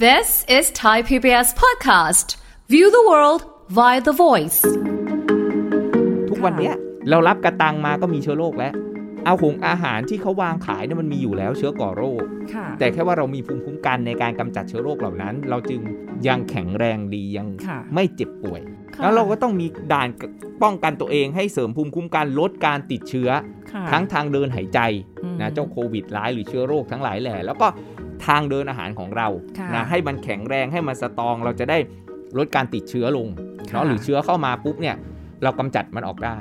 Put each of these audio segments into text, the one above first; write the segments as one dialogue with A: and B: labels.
A: This is Thai PBS podcast. View the world via the voice.
B: ทุกวันเนี้ยเรารับกระตังมาก็มีเชื้อโรคแล้ว เอาหงอาหารที่เขาวางขายเนี่ยมันมีอยู่แล้วเชื้อก่อโรค
C: ค่ะ
B: แต่แค่ว่าเรามีภูมิคุ้มกันในการกำจัดเชื้อโรคเหล่านั้น เราจึงยังแข็งแรงดียัง
C: ค่ะ
B: ไม่เจ็บป่วย
C: ค่ะ
B: แล้วเราก็ต้องมีด่านป้องกันตัวเองให้เสริมภูมิคุ้มกันลดการติดเชื้อ
C: ค่ะ
B: ทั้งทางเดินหายใจ
C: อืม
B: นะเจ้าโควิดร้ายหรือเชื้อโรคทั้งหลายแหล่แล้วก็ทางเดินอาหารของเรา
C: ค่ะ
B: นะให้มันแข็งแรงให้มันสตรองเราจะได้ลดการติดเชื้อลงเนาะ
C: ค่ะ
B: หรือเชื้อเข้ามาปุ๊บเนี่ยเรากำจัดมันออกได้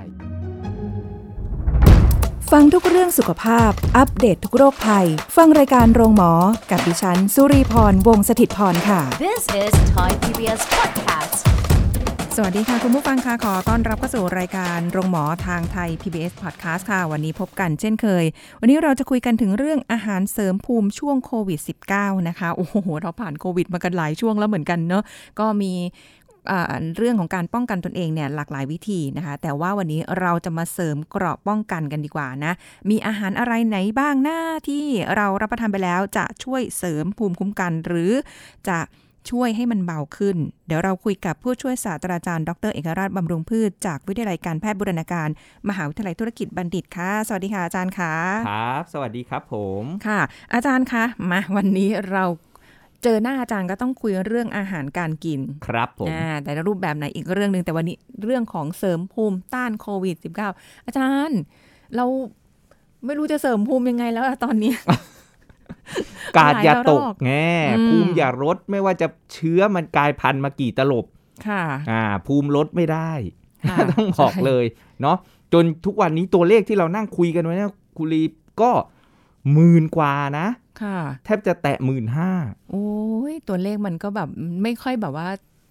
D: ฟังทุกเรื่องสุขภาพ อัปเดตทุกโรคภัย ฟังรายการโรงหมอ กับดิฉัน สุรีพร วงศิตพรค่ะ
A: This is Thai PBS podcast.
C: สวัสดีค่ะ คุณผู้ฟังค่ะ ขอต้อนรับเข้าสู่รายการโรงหมอทางไทย PBS Podcast ค่ะ วันนี้พบกันเช่นเคย วันนี้เราจะคุยกันถึงเรื่องอาหารเสริมภูมิช่วงโควิด -19 นะคะ โอ้โห เราผ่านโควิดมากันหลายช่วงแล้วเหมือนกันเนอะก็มีอ่าเรื่องของการป้องกันตนเองเนี่ยหลากหลายวิธีนะคะ แต่ว่าวันนี้เราจะมาเสริมเกราะป้องกันกันดีกว่านะ มีอาหารอะไรไหนบ้างหน้าที่เรารับประทานไปแล้วจะช่วยเสริมภูมิคุ้มกันหรือจะ ช่วยให้มันเบาขึ้น เดี๋ยวเราคุยกับผู้ช่วยศาสตราจารย์ดรเอกราชบำรุงพืช จากวิทยาลัยการแพทย์บูรณาการ มหาวิทยาลัยธุรกิจบัณฑิตค่ะ สวัสดีค่ะอาจารย์ค่ะ
B: ครับ สวัสดีครับผม
C: ค่ะ อาจารย์คะมาวันนี้เราเจอหน้าอาจารย์ก็ต้องคุยเรื่องอาหารการกิน
B: ครับผม
C: อ่าแต่ละรูปแบบไหนอีกเรื่องหนึ่งแต่วันนี้เรื่องของเสริมภูมิต้านโควิด -19 อาจารย์ เราไม่รู้จะเสริมภูมิยังไงแล้วอะตอน นี้
B: กาดอย่าตก
C: หลายระลอก
B: แง่
C: อืม
B: ภูมิอย่าลดไม่ว่าจะเชื้อมันกลายพันธุ์มากี่ตลบ
C: ค่ะ
B: อ่า ภูมิลดไม่ได้
C: ค่ะ
B: ต้องบอกเลยเนาะจนทุกวันนี้ตัวเลขที่เรานั่งคุยกันไว้เนี่ยคุรีก็หมื่นกว่านะ
C: ค่ะ
B: แทบจะแตะหมื่นห้า
C: โอ้ยตัวเลขมันก็แบบไม่ค่อยแบบว่า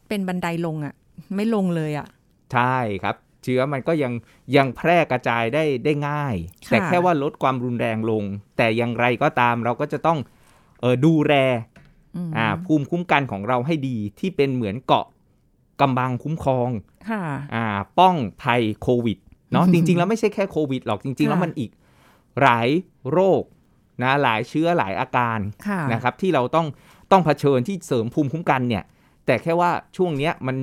C: เป็นบันไดลงอะ่ะ ไม่ลงเลยอะ่ะ
B: ใช่ครับ เชื้อมันก็ยังยังแพร่กระจายได้ได้ง่าย
C: ค่ะ
B: แต่แค่ว่าลดความรุนแรงลง แต่อย่างไรก็ตามเราก็จะต้องเออดูแล
C: อืม
B: อ่าภูมิคุ้มกันของเราให้ดีที่เป็นเหมือนเกาะกำบังคุ้มครอง
C: ค่ะ
B: อ่าป้องภัยโควิดเนาะ จริง ๆ แล้วไม่ใช่แค่โควิดหรอกจริง ๆ
C: ค่ะ
B: แล้วมันอีกหลายโรคนะหลายเชื้อหลายอาการ
C: ค่ะ
B: นะครับที่เราต้องต้องเผชิญที่เสริมภูมิคุ้มกันเนี่ยแต่แค่ว่าช่วงเนี้ยมัน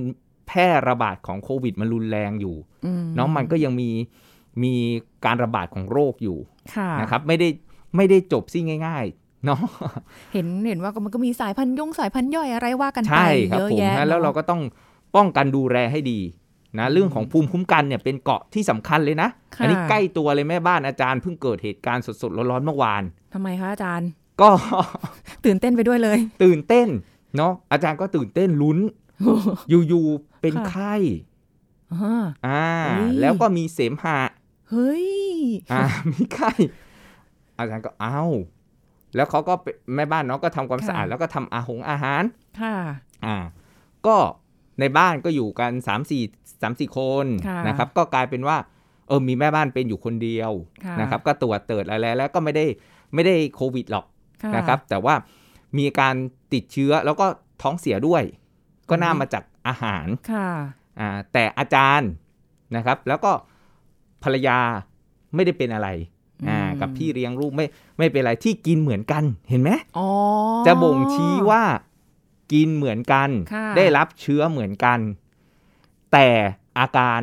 B: แพร่ระบาดของโควิดมันรุนแรงอยู่
C: อืม
B: เนาะมันก็ยังมีมีการระบาดของโรคอยู่
C: ค่ะ
B: นะครับไม่ได้ไม่ได้จบสิ้นง่ายๆเนาะ
C: เห็นเห็นว่ามันก็มีสายพันธุ์ย่งสายพันธุ์ย่อยอะไรว่ากันไป
B: ใช่ครั
C: เย
B: บ
C: อะ
B: ผม
C: แยะ
B: นะแล้วเราก็ต้องป้องกันดูแลให้ดีนะเรื่องของภูมิคุ้มกันเนี่ยเป็นเกาะที่สำคัญเลยนะ
C: ค่ะ
B: อันี้ใกล้ตัวเลยแม่บ้านอาจารย์เพิ่งเกิดเหตุการณ์สดๆร้อนๆเมื่อวาน
C: ทำไมคะอาจารย์
B: ก็
C: ตื่นเต้นไปด้วยเลย
B: ตื่นเต้นเนาะอาจารย์ก็ตื่นเต้น ลุ้น อยู่ๆเป็น
C: ค่ะ
B: ไข้
C: อ่า
B: อ่า
C: อุ๊ย
B: แล้วก็มีเสมหะ
C: เฮ้ย
B: อ่า มีไข้อาจารย์ก็เอ้าแล้วเขาก็ไปแม่บ้านเนาะก็ทำความ
C: ค่ะ
B: สะอาดแล้วก็ทำอาหงอาหาร
C: ค่ะ
B: อ่าก็ในบ้านก็อยู่กัน3 4 3 4คน
C: ค่ะ
B: นะครับ ก็กลายเป็นว่าเออมีแม่บ้านเป็นอยู่คนเดียว
C: ค่ะ
B: นะครับ ก็ตรวจเติดอะไรแล้วก็ไม่ได้ไม่ได้โควิดหรอกนะครับ แต่ว่ามีการติดเชื้อแล้วก็ท้องเสียด้วย ก็น่ามาจากอาหาร
C: ค่ะ
B: อ่าแต่อาจารย์นะครับ แล้วก็ภรรยาไม่ได้เป็นอะไรอ่า
C: อืม
B: กับพี่เลี้ยงลูกไม่ไม่เป็นไรที่กินเหมือนกันเห็นไหม
C: อ๋อ
B: จะบ่งชี้ว่ากินเหมือนกัน
C: ค่ะ
B: ได้รับเชื้อเหมือนกัน แต่อาการ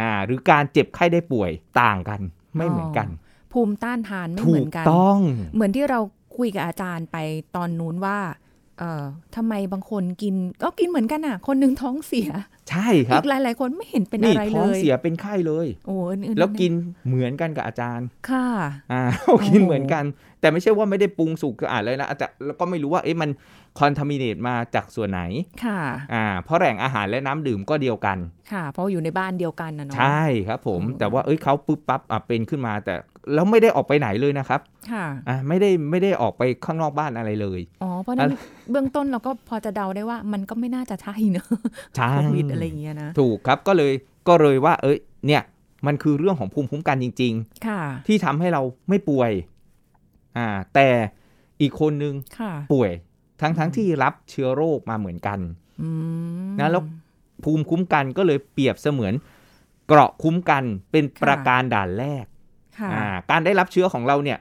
B: อ่าหรือการเจ็บไข้ได้ป่วยต่างกัน ไม่เหมือนกัน
C: ภูมิต้านทานไม่
B: ถู
C: เห
B: ก
C: มือนกัน
B: ต้อง
C: เหมือนที่เราคุยกับอาจารย์ไปตอนนู้นว่า เอ่อทำไมบางคนกิน ก็กินเหมือนกันอ่ะ คนหนึ่งท้องเสีย
B: ใช่ครั
C: อี
B: บ
C: กหลาย ๆ คนไม่เห็นเป็น
B: นี่
C: อะไร
B: ท้
C: เล
B: อง
C: ย
B: เสียเป็นไข้เลย
C: โอ้อัอื่
B: แล้วกินเหมือนกันกับอาจารย์
C: ค่ะ
B: อ่า กินเหมือนกัน แต่ไม่ใช่ว่าไม่ได้ปรุงสุกสะอาดเลยนะอาจจะแล้วก็ไม่รู้ว่าเอ๊ะมันคอนทามิเนตมาจากส่วนไหน
C: ค่ะ
B: อ่าเพราะแหล่งอาหารและน้ำดื่มก็เดียวกัน
C: ค่ะ เพราะอยู่ในบ้านเดียวกันนะเนาะ
B: ใช่ครับผม
C: อืม
B: แต่ว่าเอ้ยเขาปุ๊บปั๊บอ่ะเป็นขึ้นมาแต่แล้วไม่ได้ออกไปไหนเลยนะครับ
C: ค่ะ
B: อ่ะไม่ได้ไม่ได้ออกไปข้างนอกบ้านอะไรเลย
C: อ๋อ เพราะฉะนั้นเบื้องต้นเราก็พอจะเดาได้ว่ามันก็ไม่น่าจะใช่เนอะ
B: ใช่
C: โควิดอะไรอย่างเงี้ยนะ
B: ถูกครับก็เลยก็เลยว่า เอ้ยเนี่ยมันคือเรื่องของภูมิคุ้มกันจริง
C: ค่ะ
B: ๆ ที่ทำให้เราไม่ป่วยอ่าแต่อีกคนนึง
C: ค่ะ
B: ป่วย ทั้งทั้งที่รับเชื้อโรคมาเหมือนกัน
C: อืม
B: นะแล้ว ภูมิคุ้มกันก็เลยเปรียบเสมือน เกราะคุ้มกันเป็น
C: ค่ะ
B: ประการด่านแรก
C: ค่ะ
B: อ่าการได้รับเชื้อของเราเนี่ย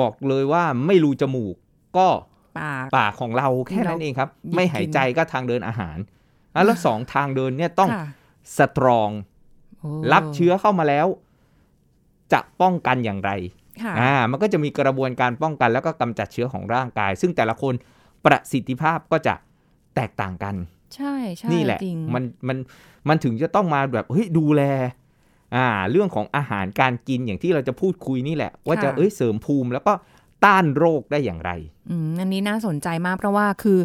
B: บอกเลยว่าไม่รูจมูกก็
C: ปาก
B: ปากของเราแค่นั้นเองครับ
C: เราหยิบ
B: ไม่หายใจก็ทางเดินอาหารอ่ะแล้วสองทางเดินเนี่ยต้อง
C: ค่ะ
B: สตรอง
C: โอ้
B: รับเชื้อเข้ามาแล้ว จะป้องกันอย่างไร
C: ค่ะ
B: อ่ามันก็จะมีกระบวนการป้องกันแล้วก็กำจัดเชื้อของร่างกาย ซึ่งแต่ละคนประสิทธิภาพก็จะแตกต่างกัน
C: ใช่ใช่
B: นี่แหละ
C: จริง
B: มันมันมันถึงจะต้องมาแบบเฮ้ยดูแลอ่าเรื่องของอาหารการกินอย่างที่เราจะพูดคุยนี่แหละ ว่าจะเอ้ยเสริมภูมิแล้วก็ต้านโรคได้อย่างไร
C: อืมอันนี้น่าสนใจมากเพราะว่าคือ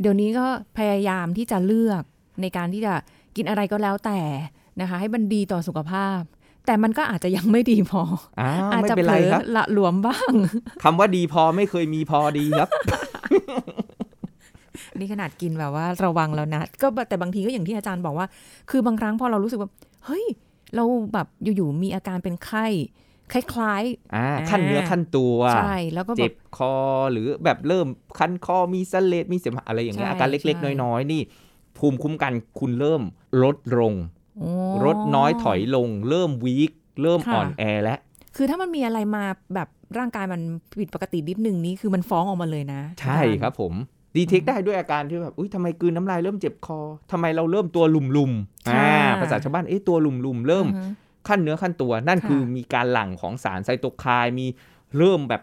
C: เดี๋ยวนี้ก็พยายามที่จะเลือกในการที่จะกินอะไรก็แล้วแต่นะคะ ให้มันดีต่อสุขภาพ แต่มันก็อาจจะยังไม่ดีพอ
B: อ้าว
C: อาจ
B: ไม่
C: จะ
B: เป็น
C: เผล
B: ไร
C: อ
B: ครับ
C: ละหลวมบ้าง
B: คำว่าดีพอไม่เคยมีพอดี ครับ
C: นี่ขนาดกินแบบว่าระวังแล้วนะ ก็แต่บางทีก็อย่างที่อาจารย์บอกว่า คือบางครั้งพอเรารู้สึกว่าเฮ้ย เราแบบอยู่ๆมีอาการเป็นไข้คล้าย
B: อ่า
C: อ่า
B: ขั้นเนื้อขั้นตัว
C: ๆใช่แล้วก็แบ
B: เจ็
C: บ
B: บคอหรือแบบเริ่มคันคอมีเสเลดมีเสมหะอะไรอย่างเงี้ย
C: ใช่
B: อาการเล็ก
C: ใช่
B: ๆ น้อย ๆ นี่ ภูมิคุ้มกันคุณเริ่มลดลง
C: โอ้
B: ลดน้อยถอยลง เริ่มวีคเริ่ม
C: ค่ะ
B: อ่อนแอแล้ว
C: คือถ้ามันมีอะไรมาแบบร่างกายมันผิดปกตินิดนึงนี่คือมันฟ้องออกมาเลยนะ
B: ใช่ครับผม ดีเทคได้ด้วยอาการที่แบบอุ้ยทำไมกลืนน้ำลายเริ่มเจ็บคอทำไมเราเริ่มตัวลุมลุมๆอ่าภาษาชาวบ้านเอ๊ะตัวลุมลุมๆเริ่ม
C: อือฮึ
B: ขั้นเนื้อขั้นตัวนั่น
C: ค่ะ
B: คือมีการหลั่งของสารไซโตไคน์มีเริ่มแบบ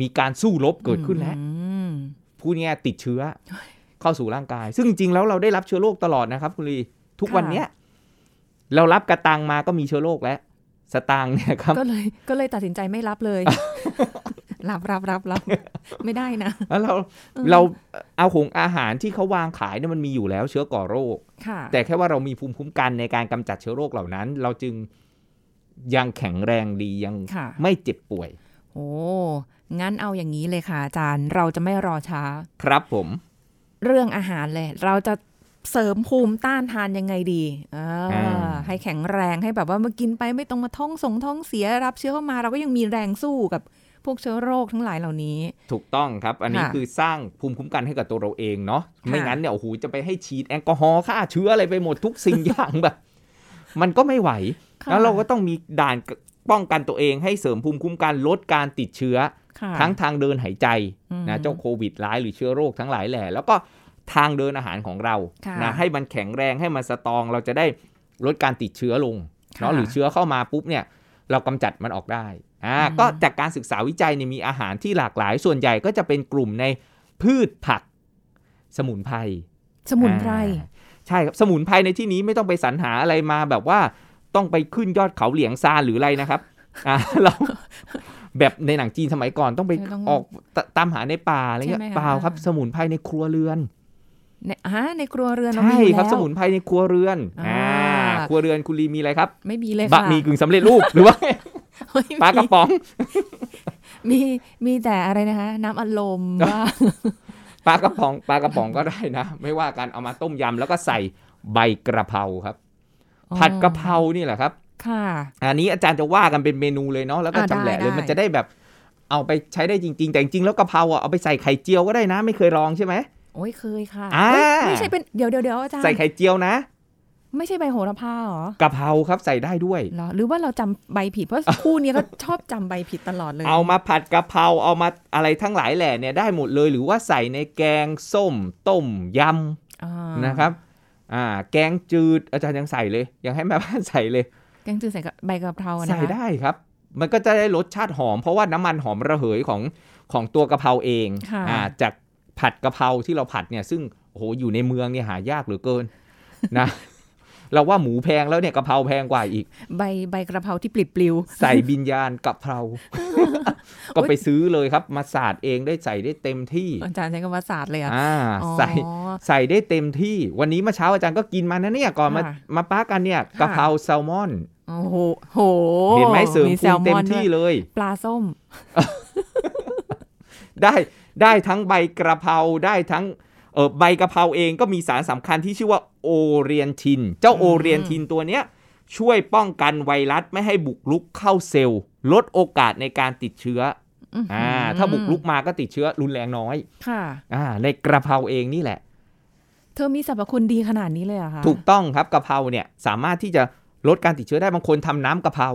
B: มีการสู้รบเกิดขึ้นแล้ว
C: อืม
B: ผู้นี้ติดเชื้อเข้าสู่ร่างกาย ซึ่งจริงๆแล้วเราได้รับเชื้อโรคตลอดนะครับคุณลีทุกวัน
C: ค่ะ
B: เนี้ยเรารับกระตังมาก็มีเชื้อโรคแล้วสตางค์เนี่ยครับ
C: ก็เลยก็เลยตัดสินใจไม่รับเลย รับรับรับรับไม่ได้นะ
B: แล้วเราเราเอาของอาหารที่เขาวางขายเนี่ยมันมีอยู่แล้วเชื้อก่อโรค
C: ค่ะ
B: แต่แค่ว่าเรามีภูมิคุ้มกันในการกำจัดเชื้อโรคเหล่านั้น เราจึงยังแข็งแรงดียัง
C: ค่ะ
B: ไม่เจ็บป่วย
C: โอ้งั้นเอาอย่างนี้เลยค่ะอาจารย์เราจะไม่รอช้า
B: ครับผม
C: เรื่องอาหารเลย เราจะเสริมภูมิต้านทานยังไงดีอ่า
B: อ่า
C: ให้แข็งแรงให้แบบว่ามากินไปไม่ต้องมาท้องสงท้องเสียรับเชื้อเข้ามา เราก็ยังมีแรงสู้กับพวกเชื้อโรคทั้งหลายเหล่านี้
B: ถูกต้องครับ อันนี้
C: ค่ะ
B: คือสร้างภูมิคุ้มกันให้กับตัวเราเองเนาะ
C: ค่ะ
B: ไม่งั้นเนี่ยโอ้โหจะไปให้ฉีดแอลกอฮอล์ฆ่าเชื้ออะไรไปหมดทุกสิ่งอย่าง แบบ มันก็ไม่ไหว
C: ค่ะ
B: แล้วเราก็ต้องมีด่านป้องกันตัวเองให้เสริมภูมิคุ้มกันลดการติดเชื้อ
C: ค่ะ
B: ทั้งทางเดินหายใจ
C: อืม
B: นะเจ้าโควิดร้ายหรือเชื้อโรคทั้งหลายแหล่แล้วก็ทางเดินอาหารของเรา
C: ค่ะ
B: นะให้มันแข็งแรงให้มันสตรองเราจะได้ลดการติดเชื้อลงเนาะ
C: ค่ะ
B: หรือเชื้อเข้ามาปุ๊บเนี่ย เรากำจัดมันออกได้อ่า
C: อืม
B: ก็จากการศึกษาวิจัยเนี่ยมีอาหารที่หลากหลาย ส่วนใหญ่ก็จะเป็นกลุ่มในพืชผักสมุนไพร
C: สมุนไพร
B: อ่าใช่ครับ สมุนไพรในที่นี้ไม่ต้องไปสรรหาอะไรมาแบบว่าต้องไปขึ้นยอดเขาเหลียงซานหรืออะไรนะครับ อ่า เราแบบในหนังจีนสมัยก่อนต้องไป
C: เออต้อง
B: ออกตะตามหาในป่าอะไรเงี้ย
C: ใช่ไหมคะ
B: เปล่าครับ สมุนไพรในครัวเรือน
C: ในอ่าในครัวเรือนเรามี
B: ใช่
C: อยู่
B: ครับ
C: แล้ว
B: สมุนไพรในครัวเรือน
C: อ่า
B: ครัวเรือนคุณลีมีอะไรครับ
C: ไม่มีเลย
B: บะ
C: ค่ะ
B: หมี่กึ่งสำเร็จรูป ห รือว่า
C: ไม่มี
B: ปลากระป๋อง
C: มีมีแต่อะไรนะคะ น้ำอัดลมบ้าง
B: ปลากระป๋องปลากระป๋องก็ได้นะ ไม่ว่ากันเอามาต้มยำแล้วก็ใส่ใบกระเพราครับ ผัดกระเพรานี่แหละครับ
C: ค่ะ
B: อันนี้อาจารย์จะว่ากันเป็นเมนูเลยเนาะแล้วก็
C: อ่า
B: จำแหละ
C: ได้
B: เลย
C: ได้
B: มันจะได้แบบเอาไปใช้ได้จริง ๆ แต่จริงๆแล้วกะเพราอ่ะเอาไปใส่ไข่เจียวก็ได้นะ ไม่เคยลองใช่ไหม
C: โอ้ยเคยค่ะ
B: อ่า
C: เอ้ยไม่ใช่เป็นเดี๋ยวเดี๋ยวเดี๋ยวอาจารย์
B: ใส่ไข่เจียวนะ
C: ไม่ใช่ใบโหระพาเหรอก
B: ะเพราครับใส่ได้ด้วย
C: เหรอหรือว่าเราจำใบผิดเพราะ คู่เนี้ยก็ชอบจำใบผิดตลอดเลย
B: เอามาผัดกะเพราเอามาอะไรทั้งหลายแหล่เนี่ยได้หมดเลย หรือว่าใส่ในแกงส้ม ต้มย
C: อ่า
B: ำนะครับอ่าแกงจืดอาจารย์ยังใส่เลย ยังให้แม่บ้านใส่เลย
C: แกงจืดใส่กับใบกะเพราอะนะ
B: ใส่
C: คะ
B: ได้ครับ มันก็จะได้รสชาติหอม เพราะว่าน้ำมันหอมระเหยของของตัวกะเพราเอง
C: ะ
B: อาจากผัดกะเพราที่เราผัดเนี่ยซึ่งโอ้โหอยู่ในเมืองเนี่ยหายากเหลือเกิน นะ เราว่าหมูแพงแล้วเนี่ยกะเพราแพงกว่าอีก
C: ใบใบกระเพราที่ปลิดปลิว
B: ใส่บิญญาณกะเพ รา ก็ไปซื้อเลยครับ มาสาดเองได้ใส่ได้เต็มที่
C: อาจารย์ใช้คำว่าศาสตร์เลยอะ
B: อ่า
C: อ๋อ
B: ใส่ใส่ได้เต็มที่ วันนี้เมื่อเช้าอาจารย์ก็กินมานะเนี่ยก่อนมา
C: ค่ะ
B: มาป้ากันเนี่ยกะเพราแซลมอน
C: โอ้โหโห
B: เห็นไหมเสริม
C: แซ
B: ภู
C: ล
B: มิเต็ม
C: อน
B: ที่
C: ด้วย
B: เลย
C: ปลาส้ม
B: ได้ได้ทั้งใบกระเพราได้ทั้งเออใบกระเพราเองก็มีสารสำคัญที่ชื่อว่าโอเรียนทิน เจ้าโอเรียนทินตัวเนี้ยช่วยป้องกันไวรัสไม่ให้บุกลุกเข้าเซลล์ ลดโอกาสในการติดเชื้อ
C: อื้อหืออ่
B: อ่าถ้าบุกลุกมาก็ติดเชื้อรุนแรงน้อย
C: ค่ะ
B: อ่าในกระเพราเองนี่แหละ
C: เธอมีสรรพคุณดีขนาดนี้เลยเหรอคะ
B: ถูกต้องครับกระเพราเนี่ยสามารถที่จะลดการติดเชื้อได้บางคนทำน้ำกระเพรา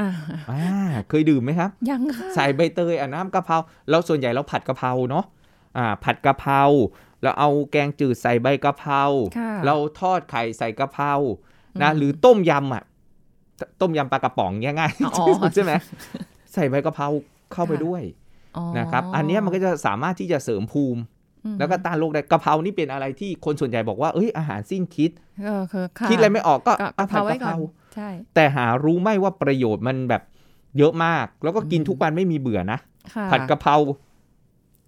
C: อ่า
B: อ่าเคยดื่มไหมครับ
C: ยังค่ะ
B: ใส่ใบเตยอ่ะน้ำกะเพราเราส่วนใหญ่เราผัดกะเพราเนาะ อ่าผัดกะเพราแล้วเอาแกงจืดใส่ใบกะเพรา
C: ค่ะ
B: เราทอดไข่ใส่กะเพรานะหรือต้มยำอ่ะตต้มยำปลากระป๋องเนี่ยง่าย
C: อ๋อ
B: ใช่ไหมใส่ใบกะเพราเข้าไปด้วย
C: อ๋อ
B: นะครับ อันเนี้ยมันก็จะสามารถที่จะเสริมภูมิ
C: อืม
B: แล้วก็ต้านโรคได้กะเพรานี่เป็นอะไรที่คนส่วนใหญ่บอกว่าเอ้ยอาหารสิ้นคิด
C: เออคือ
B: คิดอะไรไม่ออกก็
C: ก็
B: อ่
C: กะเพราไว้ก่อน ใช่
B: แต่หารู้ไหม่ว่าประโยชน์มันแบบเยอะมาก แล้วก็กินทุกวันไม่มีเบื่อนะ
C: ค่ะ
B: ผัดกะเพรา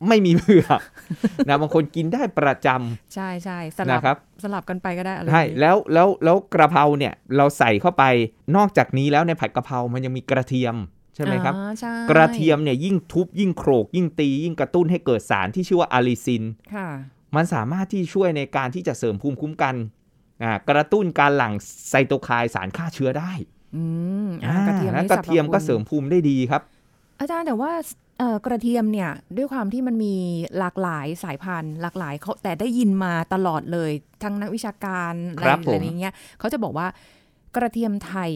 B: ไม่มีเบื่อ นะบางคนกินได้ประจ
C: ใช่ใช่ส
B: ำ
C: ลั
B: นะครับ บ
C: สลับกันไปก็ได้อะไร
B: ใช่
C: อย่างงี้
B: แล้วแล้วแล้วกระเพราเนี่ยเราใส่เข้าไปนอกจากนี้แล้วในผัดกะเพรามันยังมีกระเทียมใช่ไหมครับ
C: อ๋อใช่
B: กระเทียมเนี่ยยิ่งทุบยิ่งโขลกยิ่งตี ยิ่งกระตุ้นให้เกิดสารที่ชื่อว่าอาลิซิน
C: ค่ะ
B: มันสามารถที่ช่วยในการที่จะเสริมภูมิคุ้มกันอ่ากระตุ้นการหลั่งไซโตไคน์สารฆ่าเชื้อได้
C: อืมอ่ะ
B: อ่าก
C: ระเทียม
B: และ
C: นี่
B: กระเทียม
C: พ
B: ก็
C: คุณ
B: เสริมภูมิได้ดีครับ
C: อาจารย์แต่ว่าเอ่อกระเทียมเนี่ยด้วยความที่มันมีหลากหลายสายพันธุ์ หลากหลายเขาแต่ได้ยินมาตลอดเลย ทั้งนักวิชาการอะ
B: ค
C: ไร
B: รับผม
C: อะไรอย่างเงี้ยเขาจะบอกว่ากระเทียมไทย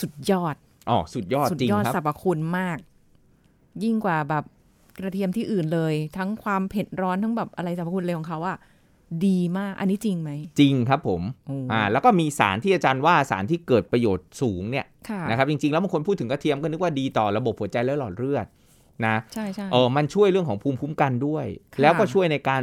C: สุดยอด
B: อ๋อสุดยอด
C: สุด
B: จริง
C: ยอด
B: ครับ
C: สรรพคุณมาก ยิ่งกว่าแบบกระเทียมที่อื่นเลย ทั้งความเผ็ดร้อนทั้งแบบอะไรสรรพคุณเลยของเขาอะดีมาก อันนี้จริงไหม
B: จริงครับผม
C: โอ้
B: อ่าแล้วก็มีสารที่อาจารย์ว่าสารที่เกิดประโยชน์สูงเนี่ย
C: ค่ะ
B: นะครับจริงๆแล้วบางคนพูดถึงกระเทียมก็นึกว่าดีต่อระบบหัวใจและหลอดเลือดนะ
C: ใช่ใช่
B: เออมันช่วยเรื่องของภูมิคุ้มกันด้วย
C: ค่ะ
B: แล้วก็ช่วยในการ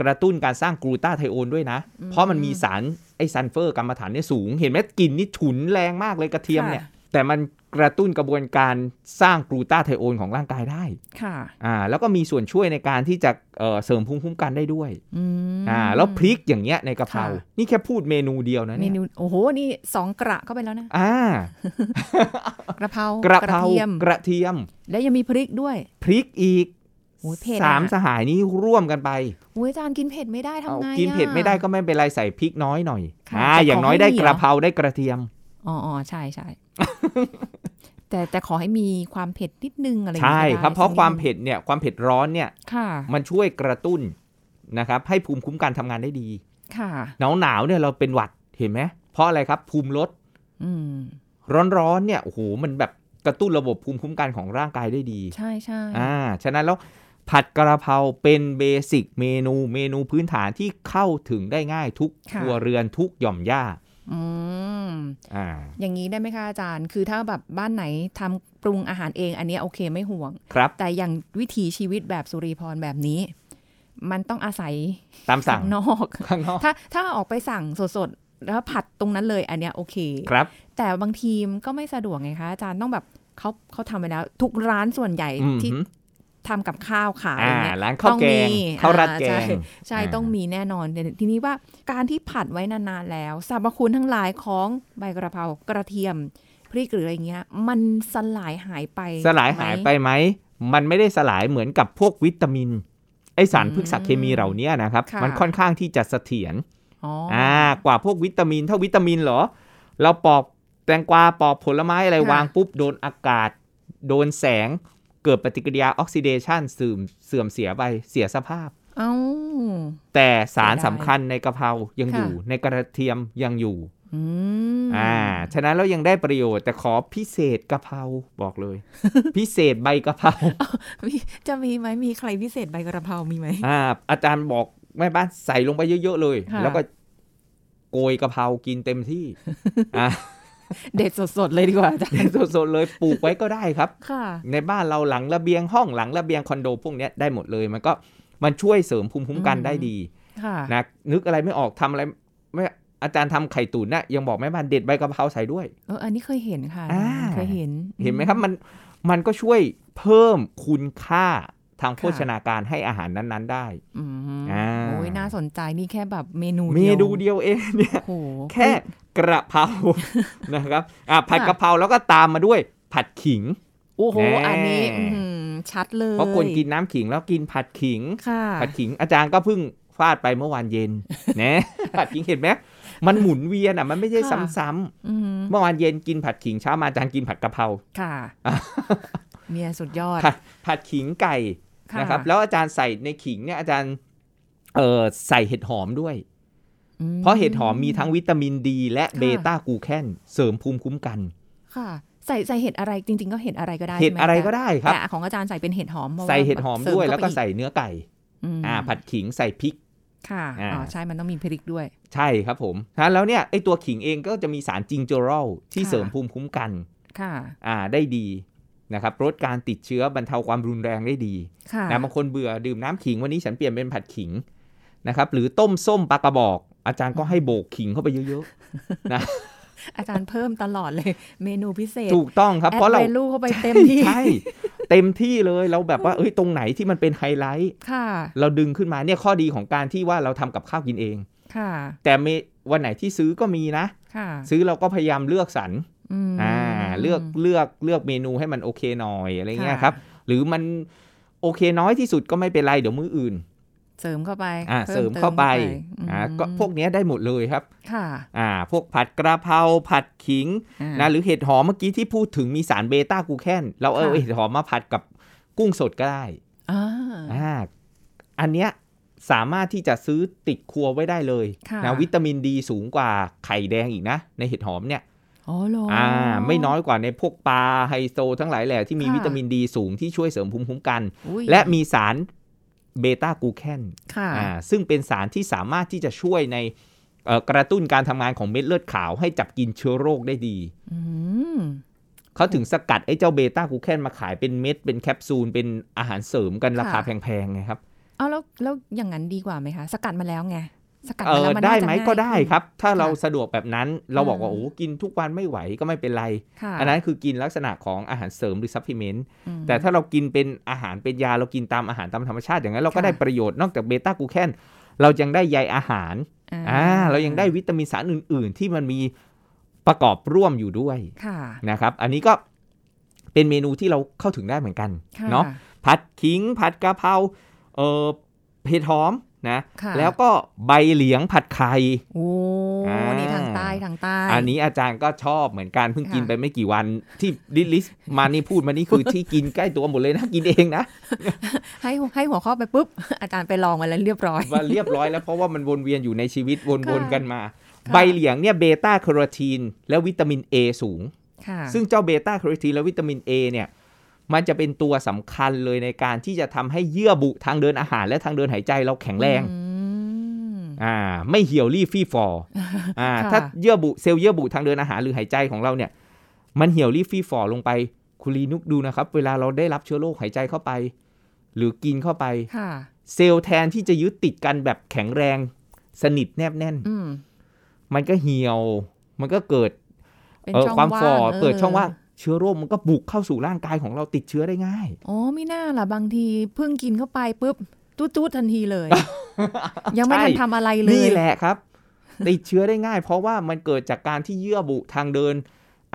B: กระตุ้นการสร้างกลูตาไทโอนด้วยนะ
C: อืม
B: เพราะมันมีสารไอซันเฟอร์กรรมฐานเนี่ยสูง เห็นไหมกลิ่นนี่ฉุนแรงมากเลยกระเทียม
C: ค่ะ
B: เนี่ยแต่มันกระตุ้นกระบวนการสร้างกลูตาไทโอนของร่างกายได้
C: ค่ะ
B: อ่าแล้วก็มีส่วนช่วยในการที่จะเอ่อเสริมภูมิคุ้มกันได้ด้วย
C: อืม
B: อ่าแล้วพริกอย่างเงี้ยในกะเพรา
C: ค่ะ
B: นี่แค่พูดเมนูเดียวนะ
C: เม
B: เนี่ย
C: นูโอ้โห นี่สองกระเข้าไปแล้ว นะ
B: อ่า
C: กระเพราก ก
B: ระเพราก
C: เทียม
B: กระเทียม
C: และยังมีพริกด้วย
B: พริกอีก
C: โอ้ยเผ็ดอะ
B: สามสหายนี้ร่วมกันไป
C: โอ้ยอาจารย์กินเผ็ดไม่ได้ทำ
B: เอา
C: ไงอะ
B: กินเผ็ดไม่ได้ก็ไม่เป็นไรใส่พริกน้อยหน่อย
C: ค่ะ
B: อ่า
C: แต่
B: อย่าง
C: ขอ
B: น้อย
C: ให้
B: ได้
C: มี
B: ก
C: เหรอ
B: ระเพราได้กระเทียม
C: อ๋ออ๋อใช่ใช่ แต่แต่ขอให้มีความเผ็ดนิดนึงอะไรอย่าง
B: ใช่
C: เงี้ยก็ได้
B: ครับเพราะ
C: สักนิด
B: ความ
C: นึง
B: เผ็ดเนี่ยความเผ็ดร้อนเนี่ย
C: ค่ะ
B: มันช่วยกระตุ้นนะครับให้ภูมิคุ้มกันทำงานได้ดี
C: ค่ะ
B: หนาวหนาวๆเนี่ยเราเป็นหวัดเห็นไหมเพราะอะไรครับภูมิลด
C: อืม
B: ร้อนร้อนๆเนี่ยโอ้โหมันแบบกระตุ้นระบบภูมิคุ้มกันของร่างกายได้ดี
C: ใช่ใช่
B: อ่า ฉะนั้นแล้วผัดกระเพราเป็นเบสิกเมนูเมนูพื้นฐานที่เข้าถึงได้ง่ายทุกค
C: ค่ะ
B: รัวเรือนทุกหย่อมย่า
C: อืม
B: อ่า
C: อย่างนี้ได้ไหมคะอาจารย์ คือถ้าแบบบ้านไหนทำปรุงอาหารเอง อันเนี้ยโอเคไม่ห่วง
B: ครับ
C: แต่อย่างวิถีชีวิตแบบสุริพรแบบนี้ มันต้องอาศัย
B: ตามสั่ง
C: ข้นอก
B: ข้างนอก
C: ถ้าถ้าออกไปสั่งสดๆ แล้วผัดตรงนั้นเลยอันเนี้ยโอเค
B: ครับ
C: แต่บางทีมนก็ไม่สะดวกไงคะอาจารย์ต้องแบบเขาเขาทำไปแล้ว ทุกร้านส่วนใหญ่
B: อืม
C: ที่
B: หืม
C: ทำกับข้าวขาย
B: อ่า
C: เนี่ย
B: ร้านข้าว
C: ต้อง
B: แกง
C: มี
B: ข้าวราดแก
C: อ่
B: ง
C: ใช่ใช่
B: อ่า
C: ต้องมีแน่นอนแต่ทีนี้ว่าการที่ผัดไว้นานๆแล้วสรรพคุณทั้งหลายของใบกระเพรากระเทียมพริกหรืออะไรเงี้ย มันสลายหายไป
B: สลายหายไป
C: ม
B: ไหม มันไม่ได้สลายเหมือนกับพวกวิตามิน ไอสารพฤกษเคมีเหล่านี้นะครับ
C: ค่ะ
B: มันค่อนข้างที่จะเสถียร
C: อ๋ออ
B: อ่ากว่าพวกวิตามิน ถ้าวิตามินเหรอ เราปอกแตงกวาปอกผลไม้อะไร
C: ค่ะ
B: วางปุ๊บ โดนอากาศ โดนแสง เกิดปฏิกิริยาออกซิเดชันเสื่อมเสื่อมเสียไปเสียสภาพ
C: เอ้า
B: แต่สาร
C: เสียดาย
B: สำคัญในกะเพรายัง
C: ค่ะ
B: อยู่ในกระเทียมยังอยู่
C: อืม
B: อ่าฉะนั้นเรายังได้ประโยชน์แต่ขอพิเศษกะเพราบอก เลย พิเศษใบกะเพรา
C: มีจะมีไหมมีใครพิเศษใบกระเพรามีไหม
B: อ่าอาจารย์บอกแม่บ้านใส่ลงไปเยอะๆเลย
C: ค่ะ
B: แล้วก็โกยกะเพรากินเต็มที่ อ่า
C: เด็ดสดๆเลยดีกว่าอาจารย์
B: สดๆเลยปลูกไว้ก็ได้ครับ
C: ค่ะ
B: ในบ้านเราหลังระเบียงห้องหลังระเบียงคอนโดพวกเนี้ยได้หมดเลยมันก็มันช่วยเสริมภูมิคุ้มกัน
C: อืม
B: ได้ดี
C: ค่ะ
B: นะนึกอะไรไม่ออกทำอะไรไม่อาจารย์ทำไข่ตุ๋นนะยังบอกแม่บ้านเด็ดใบกะเพราใส่ด้วย
C: เอออันนี้เคยเห็นค่ะ
B: อ่า
C: เคยเห็น
B: เห็นไหมครับมันมันก็ช่วยเพิ่มคุณค่าทาง
C: ค่ะ
B: โภชนาการให้อาหารนั้นๆได้
C: อืม
B: อ่า
C: โอ้ยน่าสนใจนี่แค่แบบเมนู
B: เม
C: ยว
B: นูเดียวเองเนี่ย
C: โอ้โห
B: แค่กระเพรา นะครับอ่ะผัด
C: ค่ะ
B: กะเพราแล้วก็ตามมาด้วยผัดขิง
C: โอ้โห
B: แน่
C: อันนี้อื้อหือชัดเลย
B: เพราะคนกินน้ำขิงแล้วกินผัดขิง
C: ค่ะ
B: ผัดขิงอาจารย์ก็เพิ่งฟาดไปเมื่อวานเย็น นะ ผัดขิงเห็นไหมมันหมุนเวียนอ่ะมันไม่ใช่
C: ค่ะ
B: ซ้ำ
C: อือหือ
B: ๆเมื่อวานเย็นกินผัดขิงเช้ามาอาจารย์กินผัดกะเพรา
C: ค่ะเนี่ยสุดยอด
B: ผัดผัดขิงไก่
C: ค่ะ
B: นะครับ แล้วอาจารย์ใส่ในขิงเนี่ยอาจารย์เออใส่เห็ดหอมด้วย
C: อื
B: เพราะเห็ดหอมมีทั้งวิตามินดี และเบต้ากลูแคนเสริมภูมิคุ้มกัน
C: ค่ะ ใส่ใส่เห็ดอะไรจริง ๆ ก็เห็ดอะไรก็ได้
B: เห็ด
C: ใช่หม
B: อะไรก็ได้ครับ
C: แต่ของอาจารย์ใส่เป็นเห็ดหอมพาะว่า
B: ใส่เห็ดหอม
C: สริ
B: ด้วย
C: เข้า
B: แล้วก็
C: ไปอี
B: ใส่เนื้อไก่
C: ม
B: อ่าผัดขิงใส่พริก
C: ค่ะ
B: อ่า
C: อ๋อใช่มันต้องมีพริกด้วย
B: ใช่ครับผมฮะแล้วเนี่ยไอตัวขิงเองก็จะมีสารจิงโจรอลที่
C: ค่ะ
B: เสริมภูมิคุ้มกัน
C: ค่ะ
B: อ่าได้ดีนะครับลดการติดเชื้อบรรเทาความรุนแรงได้ดี
C: ค่ะ
B: นะบางคนเบื่อดื่มน้ำขิงวันนี้ฉันเปลี่ยนเป็นผัดขิงนะครับหรือต้มส้มปลากระบอก อาจารย์ก็ให้โบกขิงเข้าไปเยอะๆนะ
C: อาจารย์เพิ่มตลอดเลย เมนูพิเศษ
B: ถูกต้องครับ
C: แอ
B: เพ
C: ด
B: ราะเรา
C: เวลูเข้าไปเต็มที่
B: ใช่ เต็มที่เลยเราแบบว่าเอ้ยตรงไหนที่มันเป็นไฮไลท์
C: ค่ะ
B: เราดึงขึ้นมาเนี่ยข้อดีของการที่ว่าเราทำกับข้าวกินเอง
C: ค่ะ
B: แต่เมวันไหนที่ซื้อก็มีนะ
C: ค่ะ
B: ซื้อเราก็พยายามเลือกสรร
C: ม
B: อ่าเลือกเลือกเลือกเมนูให้มันโอเคหน่อยอะไรเงี้ย
C: ค่ะ
B: ครับ หรือมันโอเคน้อยที่สุดก็ไม่เป็นไรเดี๋ยวมื้ออื่น
C: เสริมเข้าไป
B: อ่าเสริม
C: ติ
B: เข้าไป
C: อืม
B: อ่าก็พวกเนี้ยได้หมดเลยครับ
C: ค่ะ
B: อ่าพวกผัดกระเพราผัดขิง
C: อ่า
B: นะหรือเห็ดหอมเมื่อกี้ที่พูดถึงมีสารเบต้ากลูแคนเราเอา
C: ค่ะ
B: เห็ดหอมมาผัดกับกุ้งสดก็ได้
C: อ่า
B: อ่าอันเนี้ยสามารถที่จะซื้อติดครัวไว้ได้เลย
C: ค่ะ
B: นะวิตามินดีสูงกว่าไข่แดงอีกนะ ในเห็ดหอมเนี่ย
C: อ๋อเหรอ
B: อ่าไม่น้อยกว่าในพวกปลาไฮโซทั้งหลายแหล่ที่มี
C: ค่ะ
B: วิตามินดีสูงที่ช่วยเสริมภูมิคุ้มกัน
C: อุ๊ย
B: และมีสารเบต้ากลูแคน
C: ค่ะ
B: อ่าซึ่งเป็นสารที่สามารถที่จะช่วยในเอ่อกระตุ้นการทำงานของเม็ดเลือดขาวให้จับกินเชื้อโรคได้ดี
C: อืม
B: เขาถึงสกัดไอ้เจ้าเบต้ากลูแคนมาขายเป็นเม็ด เป็นแคปซูล เป็นอาหารเสริมกันราคาแพงๆไงครับ
C: เอาแล้วแล้วอย่างนั้นดีกว่าไหมคะสกัดมาแล้วไงสกัด
B: เอ
C: มา
B: อ
C: แล้วมัน
B: ได้
C: น่าจะ
B: ไหม
C: ง่ายขึ้น
B: ก็ได้ครับ ถ้าเรา
C: ค่ะ
B: สะดวกแบบนั้นเราบอกว่า
C: อืม
B: โอ้กินทุกวันไม่ไหวก็ไม่เป็นไร
C: ค่ะ
B: อันนั้นคือกินลักษณะของอาหารเสริมหรือซัพพลิเมนต์
C: อืม
B: แต่ถ้าเรากินเป็นอาหารเป็นยาเรากินตามอาหารตามธรรมชาติอย่างนั้นเราก็
C: ค่ะ
B: ได้ประโยชน์นอกจากเบต้ากลูแคนเรายังได้ใยอาหารอ่าเรายังได้วิตามินสารอื่น ๆ ที่มันมีประกอบร่วมอยู่ด้วย
C: ค่ะ
B: นะครับ อันนี้ก็เป็นเมนูที่เราเข้าถึงได้เหมือนกัน
C: ค่
B: เนาะ ผัดขิง ผัดกะเพราเออเห็ดหอมนะ
C: ค่ะ
B: แล้วก็ใบเหลียงผัดไข่
C: โอ้
B: อ่า
C: นี่ทางใต้ทางใต้
B: อันนี้อาจารย์ก็ชอบเหมือนกันเพิ่ง
C: ค่ะ
B: กินไปไม่กี่วัน ที่ดิลิสมานี่พูดมานี่คือ ที่กินใกล้ตัวหมดเลยนะกินเองนะ
C: ให้ให้หัวข้อไปปุ๊บ อาจารย์ไปลองมาแล้วเรียบร้อย
B: มาเรียบร้อยแล้วเพราะว่ามันวนเวียนอยู่ในชีวิตวนๆกันมา
C: ค่ะ
B: ใบเหลียงเนี่ยเบต้าแคโรทีนและวิตามิน A สูง
C: ค่ะ
B: ซึ่งเจ้าเบต้าแคโรทีนและวิตามิน A เนี่ยมันจะเป็นตัวสำคัญเลยในการที่จะทำให้เยื่อบุทางเดินอาหาร และทางเดินหายใจเราแข็งแรง
C: อืม
B: อ่าไม่เหี่ยวรีบฟี่ฟอร์อ่า
C: ค่ะ
B: ถ้าเยื่อบุเซลล์เยื่อบุทางเดินอาหารหรือหายใจของเราเนี่ย มันเหี่ยวรีบฟี่ฟอร์ลงไปคุณลีนุกดูนะครับ เวลาเราได้รับเชื้อโรคหายใจเข้าไป หรือกินเข้าไป
C: ค่ะ
B: เซลล์แทนที่จะยึดติดกันแบบแข็งแรง สนิทแนบแน่น
C: อืม
B: มันก็เหี่ยว มันก็เกิด
C: เป็น
B: เอ่อ
C: ช่อง
B: ความ
C: ว่าง
B: ฝ่อ
C: ออ
B: เปิดช่องว่างเชื้อโรคมันก็บุกเข้าสู่ร่างกายของเราติดเชื้อได้ง่าย
C: อ๋อไม่น่าล่ะบางทีเพิ่งกินเข้าไปปุ๊บตุ๊ดๆทันทีเลย ยังไม่ทันทำอะไรเลย
B: นี่แหละครับ ติดเชื้อได้ง่าย เพราะว่ามันเกิดจากการที่เยื่อบุทางเดิน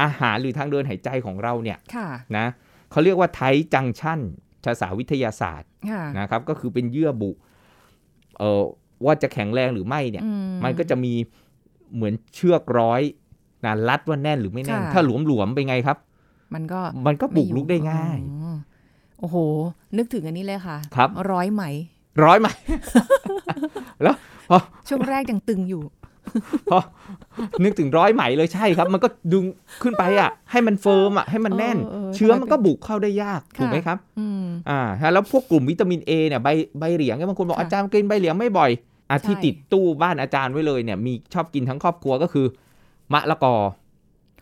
B: อาหารหรือทางเดินหายใจของเราเนี่ย
C: ค่ะ
B: นะเขาเรียกว่าไทจังชันภาษาวิทยาศาสตร์
C: ค่ะ
B: นะครับ ก็คือเป็นเยื่อบุเอ่อว่าจะแข็งแรงหรือไม่เนี่ย
C: อื
B: มันก็จะมีเหมือนเชือกร้อยนะรัดว่าแน่นหรือไม่แน่น
C: ค่ะ
B: ถ้าหลวมๆเป็นไงครับ
C: มันก็
B: มันก็บุกลุกได้ง่าย
C: อืมโอ้โห นึกถึงอันนี้เลยค่ะ
B: ครับ
C: ร้อยไหม
B: ร้อยไหม แล้วพอ
C: ช่วงแรกยังตึงอยู่
B: พอนึกถึงร้อยไหมเลยใช่ครับ มันก็ดึงขึ้นไปอ่ะ ให้มันเฟิร์มอ่ะให้มันแน่น
C: เออเออ
B: เชื้อมันก็บุกเข้าได้ยาก
C: ค่ะ
B: ถูกไหมครับ
C: อืม
B: อ่าฮะแล้วพวกกลุ่มวิตามิน A เนี่ยใบใบเหลียงเนี่ยบางคนบอก
C: ค่ะ
B: อาจารย์กินใบเหลียงไม่บ่อยอา
C: ใช่
B: ที่ติดตู้บ้านอาจารย์ไว้เลยเนี่ยมีชอบกินทั้งครอบครัวก็คือ มะละกอ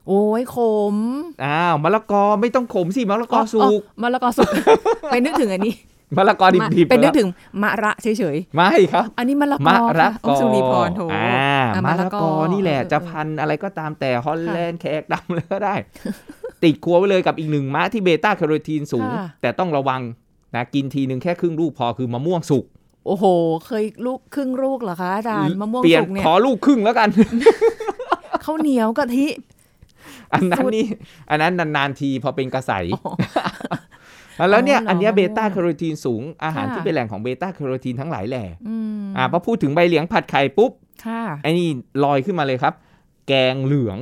C: โอ้ยขม
B: อ้าวมะละกอไม่ต้องขมสิมะละกอสุก
C: มะละกอ สุก ไปนึกถึงอันนี้
B: มะละกอ
C: มา
B: ดิบๆ
C: ไปนึ
B: เหร
C: ก
B: อ
C: ถึงมะระเฉย
B: ไม่ครับ
C: ๆ อันนี้มะละกอ
B: มะละ
C: ค่
B: กอ
C: โสุริพรโถ
B: อ่า
C: อ่
B: มะละกอนี่แหละ
C: เออ
B: จะ
C: เออ
B: พันธุ์อะไรก็ตามแต่ฮอลแลนด์แขกดำเลยก็ได้ ติดครัวไว้เลยกับอีกหนึ่งมะที่เบต้าแคโรทีนสูง
C: ค่ะ
B: แต่ต้องระวังนะกินทีหนึ่งแค่ครึ่งลูกพอคือมะม่วงสุก
C: โอ้โห เคยลูกครึ่งลูกเหรอคะอาจารย์มะม่วง
B: เปลี่ยน
C: สุกเนี่ย
B: ขอลูกครึ่งแล้วกัน
C: ข้าวเหนียวกะทิ
B: อันนั้นนี่อันนั้นนานๆทีพอเป็นกระใส
C: อ๋อ
B: แล้วเนี่ย
C: อ๋อเหรอ
B: อันเนี้ย
C: มะม่
B: เบ
C: วง
B: ต้าแคโรทีนสูงอาหาร
C: ค่ะ
B: ที่เป็นแหล่งของเบต้าแคโรทีนทั้งหลายแหล่
C: อืม
B: อ่าพอพูดถึงใบเหลียงผัดไข่ปุ๊บ
C: ค่ะ
B: ไอ้นี่ลอยขึ้นมาเลยครับ แกงเหลือง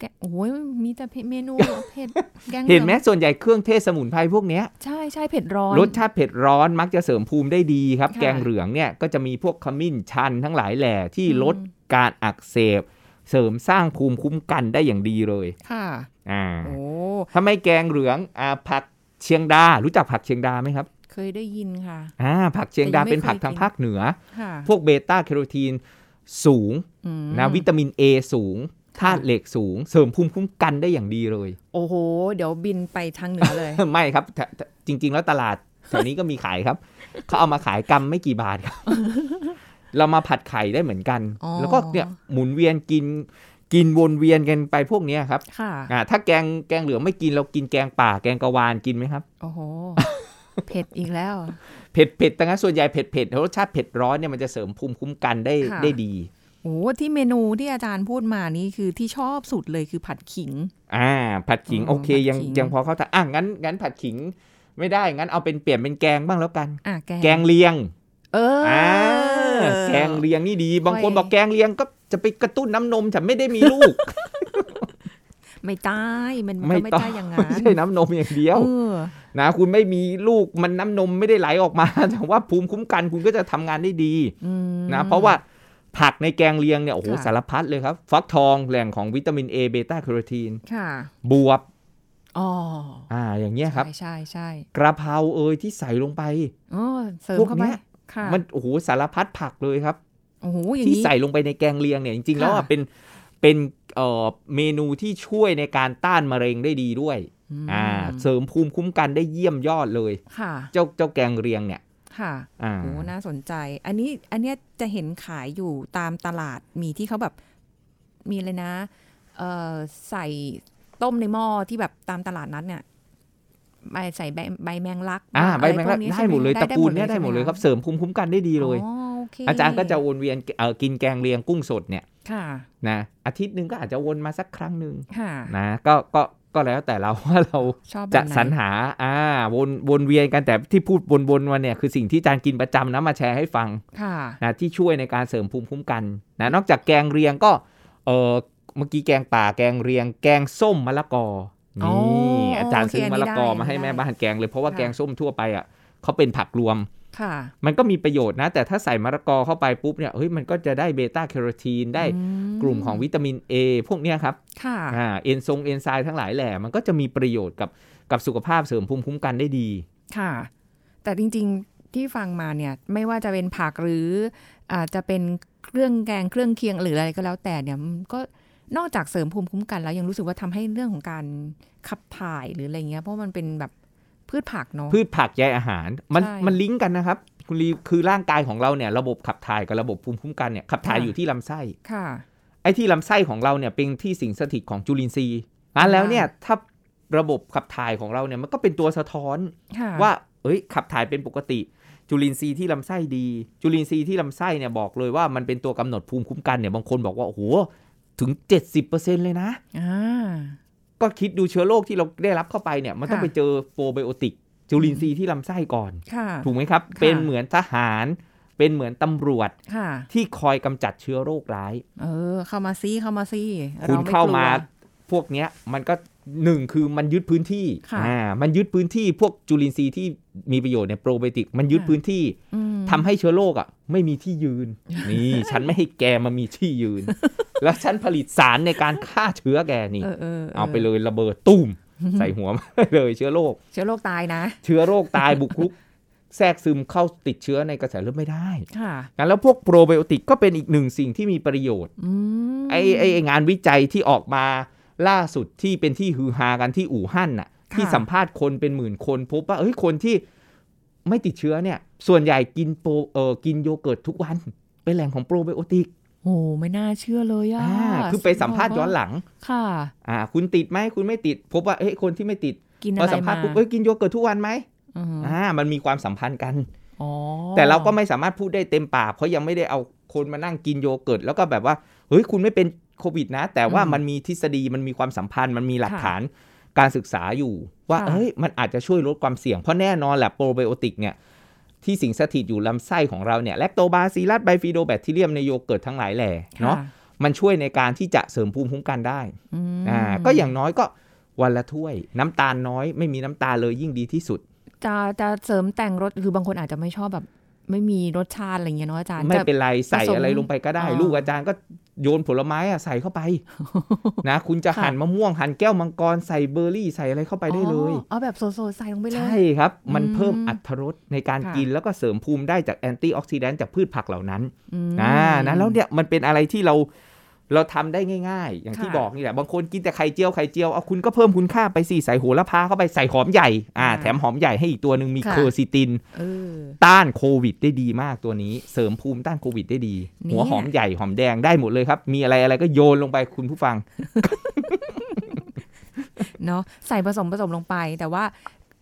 C: แกะโอ้ยมีแต่เมนู เผ็ดแกงลือง
B: เห็นไหมส่วนใหญ่เครื่องเทศสมุนไพรพวกเนี้ย
C: ใช่ใช่เผ็ดร้อน
B: รสชาติเผ็ดร้อนมักจะเสริมภูมิได้ดีครับ
C: ค่ะ
B: แกงเหลืองเนี่ยก็จะมีพวกขมิ้นชันทั้งหลายแหล่ที่
C: อืม
B: ลดการอักเสบ เสริมสร้างภูมิคุ้มกันได้อย่างดีเลย
C: ค่ะ
B: อ่า
C: โอ้
B: ถ้าไม่แกงเหลืองอ่าผักเชียงดา รู้จักผักเชียงดาไหมครับ
C: เค เคยได้ยินค่ะ
B: อ่าผักเชียงดา
C: แต่ยังไม่
B: เป็นผัก
C: เคยกิน
B: ทางภาคเหนือ
C: ค่ะ
B: พวกเบต้าแคโรทีนสูง
C: อืม
B: นะวิตามิน A สูงธาตุเหล็กสูง เสริมภูมิคุ้มกันได้อย่างดีเลย
C: โอ้โห เดี๋ยวบินไปทางเหนือเลย
B: ไม่ครับแต่แต่จริง ๆ แล้วตลาดแถวนี้ก็มีขายครับ เขาเอามาขายกำไม่กี่บาทครับ เรามาผัดไข่ได้เหมือนกัน
C: อ๋อ
B: แล้วก็เนี่ยหมุนเวียนกินกินวนเวียนกันไปพวกเนี้ยครับ
C: ค่ะ
B: อ่าถ้าแกงแกงเหลืองไม่กินเรากินแกงป่าแกงกะวานกินไหมครับ
C: โอ้โห เผ็ดอีกแล้ว
B: เผ็ดเผ็ดดังนั้นส่วนใหญ่เผ็ดเผ็ดรสชาติเผ็ดร้อนเนี่ยมันจะเสริมภูมิคุ้มกันได้
C: ค่ะ
B: ได้ดี
C: โอ้โหที่เมนูที่อาจารย์พูดมานี่คือที่ชอบสุดเลยคือผัดขิง
B: อ่า ผัดขิง
C: อ๋อ
B: โอเค ยัง
C: ผัดขิง
B: ยังพอเข้าทางอ่ะงั้นงั้นผัดขิงไม่ได้งั้นเอาเป็นเปลี่ยนเป็นแกงบ้างแล้วกัน
C: อ่ะแกง
B: แกงเลียง
C: เอออ
B: อ่าแกงเลียงนี่ดี บางคน
C: ค่อย
B: บอกแกงเลียงก็จะไปกระตุ้นน้ำนมฉันไม่ได้มีลูก
C: ไม่ตายมันมัน
B: ไม่
C: ก็ ไม่
B: ต้อง
C: ได้อย่าง
B: ไม่
C: นั้น
B: ใช่น้ำนมอย่างเดียว
C: เออ
B: นะคุณไม่มีลูกมันน้ำนมไม่ได้ไหลออกมา แต่ว่าภูมิคุ้มกันคุณก็จะทำงานได้ดี
C: อืม
B: นะเพราะว่าผักในแกงเลียงเนี่ยโอ้โห
C: ค่ะ
B: สารพัดเลยครับฟักทองแหล่งของวิตามิน A เบต้าแคโรทีน
C: ค่ะ
B: บวบ
C: อ๋อ
B: อ่าอย่างเงี้ยครับ
C: ใช่ใช่ใช่
B: กระเพราเอยที่ใส่ลงไป
C: โอ้เสริม
B: พวก
C: เข้าไป
B: เนี้ย
C: ค่ะ
B: มันโอ้โหสารพัดผักเลยครับ
C: โอ้โหอย่าง
B: ที่
C: นี้
B: ใส่ลงไปในแกงเลียงเนี่ยจริงๆแล้วอ่ะ
C: ค่ะ
B: เป็นเป็นเอ่อเมนูที่ช่วยในการต้านมะเร็งได้ดีด้วย
C: ม
B: อ่าเสริมภูมิคุ้มกันได้เยี่ยมยอดเลย
C: ค่ะ
B: เจ้าเจ้าแกงเลียงเนี่ย
C: ค่ะ
B: อ่า
C: โอ้น่าสนใจ อันนี้อันเนี้ยจะเห็นขายอยู่ตามตลาดมีที่เขาแบบมีเลยนะ เอ่อใส่ต้มในหม้อที่แบบตามตลาดนัดเนี่ยใบใส่ใบใบแมงลัก
B: อ่าใบ
C: อะร
B: แมง
C: พว
B: ลัก
C: นี้
B: ได้
C: ใช่
B: หมดเลยตระกูลเนี่ย
C: ใช่
B: ได้หมดเลย
C: ะ
B: ครับเสริมภูมิคุ้มกันได้ดีเลย
C: อ๋อโเค
B: อาจารย์ก็จะวนเวียนเอ่อกินแกงเลียงกุ้งสดเนี่ย
C: ค่ะ
B: นะอาทิตย์หนึ่งก็อาจจะวนมาสักครั้งหนึ่ง
C: ค่ะ
B: นะก็ก็ก็แล้วแต่เราว่าเรา
C: ชอบแบบ
B: จะ
C: ไหน
B: สรรหาอ่าวนวนเวียนกันแต่ที่พูดวนๆมาเนี่ยคือสิ่งที่อาจารย์กินประจำนะมาแชร์ให้ฟัง
C: ค่ะ
B: นะที่ช่วยในการเสริมภูมิคุ้มกันนะนอกจากแกงเลียงก็เออเมื่อกี้แกงป่าแกงเลียง แกงส้มมะละกอ
C: อ๋อ
B: นี่อาจารย์ซื้อ
C: โอเคอันนี้
B: มะละกอ
C: ได้
B: มาให้
C: ได้
B: แม่บ้านแกงเลยเพราะว่า
C: ค่ะ
B: แกงส้มทั่วไปอ่ะเขาเป็นผักรวม
C: ค่ะ
B: มันก็มีประโยชน์นะ แต่ถ้าใส่มะละกอเข้าไปปุ๊บเนี่ยเฮ้ยมันก็จะได้เบต้าแคโรทีนได้
C: อืม
B: กลุ่มของวิตามิน A พวกเนี้ยครับ
C: ค่ะ
B: อ่าเอนทรงเอนไซม์ทั้งหลายแหล่มันก็จะมีประโยชน์กับกับสุขภาพเสริมภูมิคุ้มกันได้ดี
C: ค่ะ แต่จริงๆที่ฟังมาเนี่ยไม่ว่าจะเป็นผักหรืออาจจะเป็นเครื่องแกงเครื่องเคียงหรืออะไรก็แล้วแต่เนี่ยมันก็นอกจากเสริมภูมิคุ้มกันแล้วยังรู้สึกว่าทำให้เรื่องของการขับถ่ายหรืออะไรเงี้ยเพราะมันเป็นแบบพืชผักเนาะ
B: พืชผักใยอาหาร มัน
C: ใช่
B: มันลิงก์กันนะครับคุณลีคือร่างกายของเราเนี่ยระบบขับถ่ายกับระบบภูมิคุ้มกันเนี่ยขับถ่าย
C: ค่ะ
B: อยู่ที่ลำไส้
C: ค่ะ
B: ไอ้ที่ลำไส้ของเราเนี่ยเป็นที่สิงสถิตของจุลินทรีย์อ่ะแล้วเนี่ยถ้าระบบขับถ่ายของเราเนี่ยมันก็เป็นตัวสะท้อน
C: ค่ะ
B: ว่า เอ้ย ขับถ่ายเป็นปกติ จุลินทรีย์ที่ลำไส้ดี จุลินทรีย์ที่ลำไส้เนี่ยบอกเลยว่ามันเป็นตัวกำหนดภูมิคุ้มกันเนี่ย บางคนบอกว่า โอ้โห ถึง 70%เลยนะ
C: อ่า
B: ก็คิดดูเชื้อโรคที่เราได้รับเข้าไปเนี่ย มันต้อง
C: ค่ะ
B: ไปเจอโปรไบโอติก จุลินทรีย์ที่ลำไส้ก่อน
C: ค่ะ
B: ถูกไหมครับ
C: ค่ะ
B: เป็นเหมือนทหาร เป็นเหมือนตำรวจ
C: ค่ะ
B: ที่คอยกำจัดเชื้อโรคร้าย
C: เออ เข้ามาซี่เข้ามาซี่ร
B: คุณ
C: ไ
B: เข้าก
C: ลัว
B: มาพวกเนี้ยมันก็หนึ่งคือมันยึดพื้นที่
C: ค่ะ
B: อ่ามันยึดพื้นที่พวกจุลินทรีย์ที่มีประโยชน์เนี่ยโปรไบโอติก มันยึด
C: ค่ะ
B: พื้นที่
C: อืม
B: ทำให้เชื้อโรคอ่ะ ไม่มีที่ยื น นี่ ฉันไม่ให้แกมามีที่ยืน แล้วฉันผลิตสารในการฆ่าเชื้อแกนี่
C: เออเออ
B: เอาไปเลยระเบิดตุ้ม ใส่หัว มันเลยเชื้อโรค
C: เชื้อโรคตายนะ
B: เชื้อโรคตายบุกรุก แทรกซึมเข้าติดเชื้อในกระแสเลือดไม่ได้
C: ค่ะ
B: งั้นแล้วพวกโปรไบโอติกก็เป็นอีกหนึ่งสิ่งที่มีประโยชน์
C: อืม
B: ไอ้ไอ้ไอ้งานวิจัยที่ออกมาล่าสุดที่เป็นที่ฮือฮากันที่อู่ฮั่นน่ะ ที่สัมภาษณ์คนเป็นหมื่นคนพบว่าเอ้ยคนที่ไม่ติดเชื้อเนี่ย ส่วนใหญ่กินโปรเออกินโยเกิร์ตทุกวัน เป็นแหล่งของโปรไบโอติก
C: โอ้ไม่น่าเชื่อเลยอ่ะ
B: อ่าคือไปสัมภาษณ์ย้อนหลัง
C: ค่ะ
B: อ่าคุณติดไหมคุณไม่ติด พบว่าเอ้ยคนที่ไม่ติด
C: กินอะ
B: พอ
C: ไร
B: สัมภา
C: มา
B: ษณ์ปุ๊บเอ้ยกินโยเกิร์ตทุกวันไหม
C: อืม
B: อ่ามันมีความสัมพันธ์กัน
C: อ๋อ
B: แต่เราก็ไม่สามารถพูดได้เต็มปากเพราะยังไม่ได้เอาคนมานั่งกินโยเกิร์ตแล้วก็แบบว่าเฮ้ยคุณไม่เป็นโควิดนะ แต่ว่ามันมีทฤษฎีมันมีความสัมพันธ์มันมีหลักฐานการศึกษาอยู่ ว่าเอ้ยมันอาจจะช่วยลดความเสี่ยง เพราะแน่นอนแหละโปรไบโอติกเนี่ยที่สิงสถิตอยู่ลำไส้ของเราเนี่ยแลคโตบาซิลัสไบฟิโดแบคทีเรียมในโยเกิร์ตทั้งหลายแหล่
C: ค่ะ
B: เนาะมันช่วยในการที่จะเสริมภูมิคุ้มกันได้
C: อืม
B: อ่าก็อย่างน้อยก็วันละถ้วย น้ำตาลน้อยไม่มีน้ำตาลเลยยิ่งดีที่สุด
C: จะจะเสริมแต่งรสคือบางคนอาจจะไม่ชอบแบบ ไม่มีรสชาติอะไรเงี้ยเนาะอาจารย์
B: ไม่
C: จะ
B: เป็นไรใส่
C: ผสม
B: อะไรลงไปก็ได้
C: อ๋อ
B: ลูกอาจารย์ก็ โยนผลไม้อะใส่เข้าไป นะคุณจะ
C: ค่ะ
B: หั่นมะม่วงหั่นแก้วมังกรใส่เบอร์รี่ใส่อะไรเข้าไปได้เลย
C: อ๋อเอาแบบโซๆใส่ลงไปเลย
B: ใช่ครับ มันเพิ่ม
C: อืม
B: อรรถรสในการ
C: ค่ะ
B: กินแล้วก็เสริมภูมิได้จากแอนตี้ออกซิแดนต์จากพืชผักเหล่านั้น
C: อืม
B: นะนะแล้วเนี่ยมันเป็นอะไรที่เราเราทำได้ง่ายๆ อย่างที่
C: ค่ะ
B: บอกนี่แหละบางคนกินแต่ไข่เจียวไข่เจียวเอาคุณก็เพิ่มคุณค่าไปสิใส่โหระพาเข้าไปใส่หอมใหญ่อ่า
C: ค่ะ
B: แถมหอมใหญ่ให้อีกตัวหนึ่งมี
C: ค่ะ
B: เคอร์ซิติน
C: เออ
B: ต้านโควิดได้ดีมากตัวนี้ เสริมภูมิต้านโควิดได้ดี
C: เนี่ย
B: หัวหอมใหญ่หอมแดงได้หมดเลยครับ มีอะไรอะไรก็โยนลงไปคุณผู้ฟัง
C: เนาะใส่ผสมผสมลงไป แต่ว่า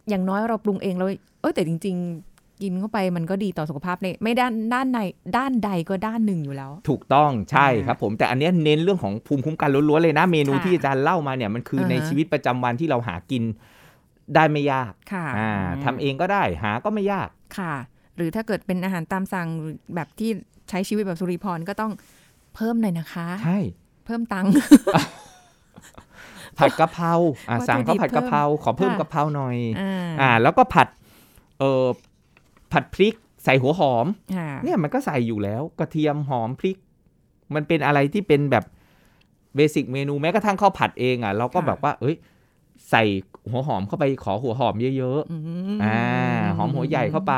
C: อย่างน้อยเราปรุงเองเราเออแต่จริง ๆ กินเข้าไปมันก็ดีต่อสุขภาพในไม่ด้านด้านในด้านใดก็ด้านหนึ่งอยู่แล้ว
B: ถูกต้องใช่
C: อ่า
B: ครับผมแต่อันเนี้ยเน้นเรื่องของภูมิคุ้มกันล้วนๆเลยนะ เมนู
C: ค่ะ
B: ที่อาจารย์เล่ามาเนี่ยมันคือใน
C: อ่าฮะ
B: ชีวิตประจำวันที่เราหากินได้ไม่ยาก
C: ค่ะ
B: อ่าทำเองก็ได้หาก็ไม่ยาก
C: ค่ะ หรือถ้าเกิดเป็นอาหารตามสั่งหรือแบบที่ใช้ชีวิตแบบสุริพรก็ต้องเพิ่มหน่อยนะคะ
B: ใช่
C: เพิ่มตังค์
B: ผัดกะเพราอ่ะ
C: วัตถุดิบ
B: สั่งเขาผัดกะเพราขอเพิ่ม
C: ค่ะ
B: กะเพราหน่อย
C: อ่า
B: อ่า แล้วก็ผัด เอ่อ ผัดพริกใส่หัวหอม
C: ค่ะ
B: เนี่ยมันก็ใส่อยู่แล้ว กระเทียมหอมพริก มันเป็นอะไรที่เป็นแบบเบสิกเมนูแม้กระทั่งข้าวผัดเองอ่ะเราก็แบบว่า เอ้ย ใส่หัวหอมเข้าไปขอหัวหอมเยอะ
C: อืม
B: ๆอ่าหอมหัวใหญ่เข้าไป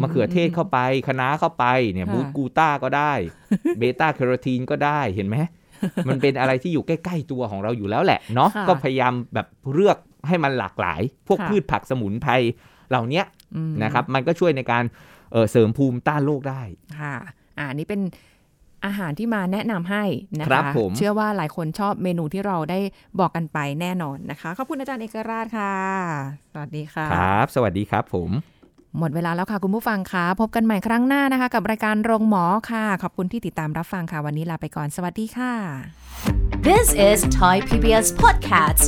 B: มะเขือเทศเข้าไปคะน้าเข้าไปเนี่ย
C: ค่ะ
B: บูทกูต้าก็ได้เบต้าแคโรทีนก็ได้เห็น ไหม มันเป็นอะไรที่อยู่ใกล้ ๆ ตัวของเราอยู่แล้วแหละเนาะ
C: ค่ะ
B: ก็พยายามแบบเลือกให้มันหลากหลาย พวก
C: ค่ะ
B: พืชผักสมุนไพรเหล่าเนี้ย
C: อืม
B: นะครับ มันก็ช่วยในการเอ่อเสริมภูมิต้านโรคได้
C: ค่ะ อ่านี่เป็นอาหารที่มาแนะนำให้นะ
B: ครั
C: คะ
B: บผม
C: เชื่อว่าหลายคนชอบเมนูที่เราได้บอกกันไปแน่นอนนะคะ ขอบคุณอาจารย์เอกราชค่ะ สวัสดีค่ะ
B: ครับ สวัสดีครับผม
C: หมดเวลาแล้วค่ะคุณผู้ฟังค่ะ พบกันใหม่ครั้งหน้านะคะ กับรายการโรงหมอค่ะ ขอบคุณที่ติดตามรับฟังค่ะ วันนี้ลาไปก่อน สวัสดีค่ะ
A: This is Thai PBS Podcasts.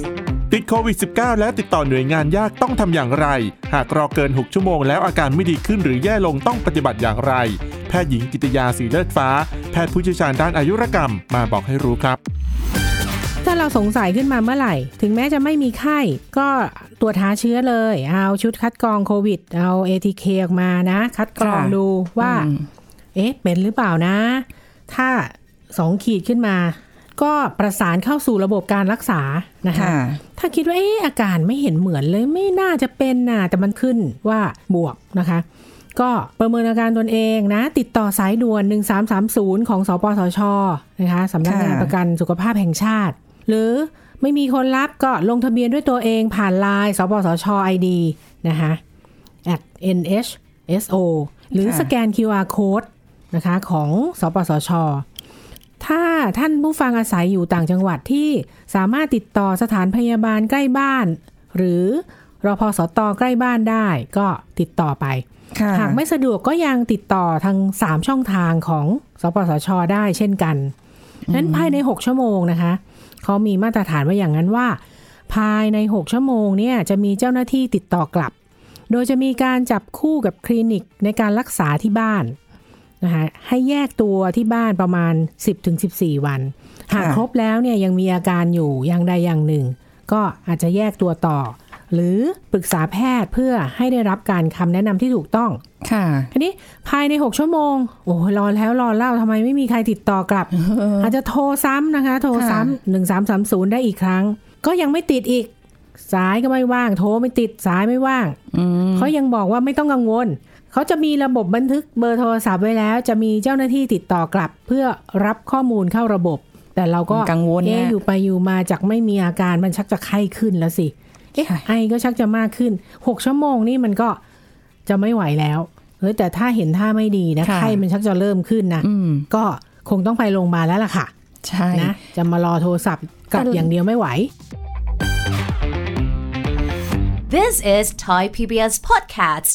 E: ติดโควิด -19 แล้วติดต่อหน่วยงานยากต้องทำอย่างไร หากรอเกิน 6 ชั่วโมงแล้วอาการไม่ดีขึ้นหรือแย่ลงต้องปฏิบัติอย่างไร แพทย์หญิงกิติยาสีเลือดฟ้า แพทย์ผู้เชี่ยวชาญด้านอายุรกรรมมาบอกให้รู้ครับ
F: ถ้าเราสงสัยขึ้นมาเมื่อไหร่ ถึงแม้จะไม่มีไข้ ก็ตรวจหาเชื้อเลย เอาชุดคัดกรองโควิด เอา ATK ออกมานะ คัดกรอง
C: ค่ะ
F: ดูว่า เอ๊ะ เป็นหรือเปล่านะ ถ้าสองขีดขึ้นมา ก็ประสานเข้าสู่ระบบการรักษานะคะ ถ้าคิดว่าเอ๊ะอาการไม่เห็นเหมือนเลยไม่น่าจะเป็นน่ะแต่มันขึ้นว่าบวกนะคะ ก็ประเมินอาการตนเองนะ ติดต่อสายด่วน 1330 ของสปสชนะคะสำนักงาน
C: ค่ะ
F: ประกันสุขภาพแห่งชาติ หรือไม่มีคนรับก็ลงทะเบียนด้วยตัวเองผ่านไลน์สปสช ID นะคะ at nhso หรือ
C: ค่ะ
F: สแกน QR code นะคะของสปสช ถ้าท่านผู้ฟังอาศัยอยู่ต่างจังหวัดที่สามารถติดต่อสถานพยาบาลใกล้บ้าน หรือรอพอสตอใกล้บ้านได้ก็ติดต่อไป
C: ค่ะ
F: หากไม่สะดวกก็ยังติดต่อทาง 3 ช่องทางของสปสช ได้เช่นกันนั้นภายใน 6 ชั่วโมงนะคะเขามีมาตรฐานไว้อย่างนั้นว่า ภายใน 6 ชั่วโมงเนี่ยจะมีเจ้าหน้าที่ติดต่อกลับ โดยจะมีการจับคู่กับคลินิกในการรักษาที่บ้านนะคะให้แยกตัวที่บ้านประมาณ 10-14 วัน หากครบแล้วเนี่ยยังมีอาการอยู่อย่างใดอย่างหนึ่ง ก็อาจจะแยกตัวต่อ หรือปรึกษาแพทย์เพื่อให้ได้รับการคำแนะนำที่ถูกต้อง
C: ค่ะ
F: อันนี้ภายใน 6 ชั่วโมง โอ้ยรอแล้วรอเล่าทำไมไม่มีใครติดต่อกลับ อาจจะโทรซ้ำนะคะ โทรซ้ำหนึ่งสามสามศูนย์ได้อีกครั้ง ก็ยังไม่ติดอีก สายก็ไม่ว่าง โทรไม่ติดสายไม่ว่างเขายังบอกว่าไม่ต้องกังวล เขาจะมีระบบบันทึกเบอร์โทรศัพท์ไว้แล้ว จะมีเจ้าหน้าที่ติดต่อกลับ เพื่อรับข้อมูลเข้าระบบ แต่เราก็
C: กังวลนะ
F: เอ๊ะอยู่ไปอยู่มาจากไม่มีอาการมันชักจะไข้ขึ้นแล้วสิเอ๊ะ
C: ใช่
F: ไอก็ชักจะมากขึ้นหกชั่วโมงนี่มันก็ จะไม่ไหวแล้วเฮ้ยแต่ถ้าเห็นท่าไม่ดีนะ
C: ค่ะ
F: ไข้มันชักจะเริ่มขึ้นนะ
C: อืม
F: ก็คงต้องไปโรงพยาบาลแล้วล่ะค่ะ
C: ใช่
F: นะ จะมารอโทรศัพท์กลับอย่างเดียวไม่ไหว
A: This is Thai PBS Podcast.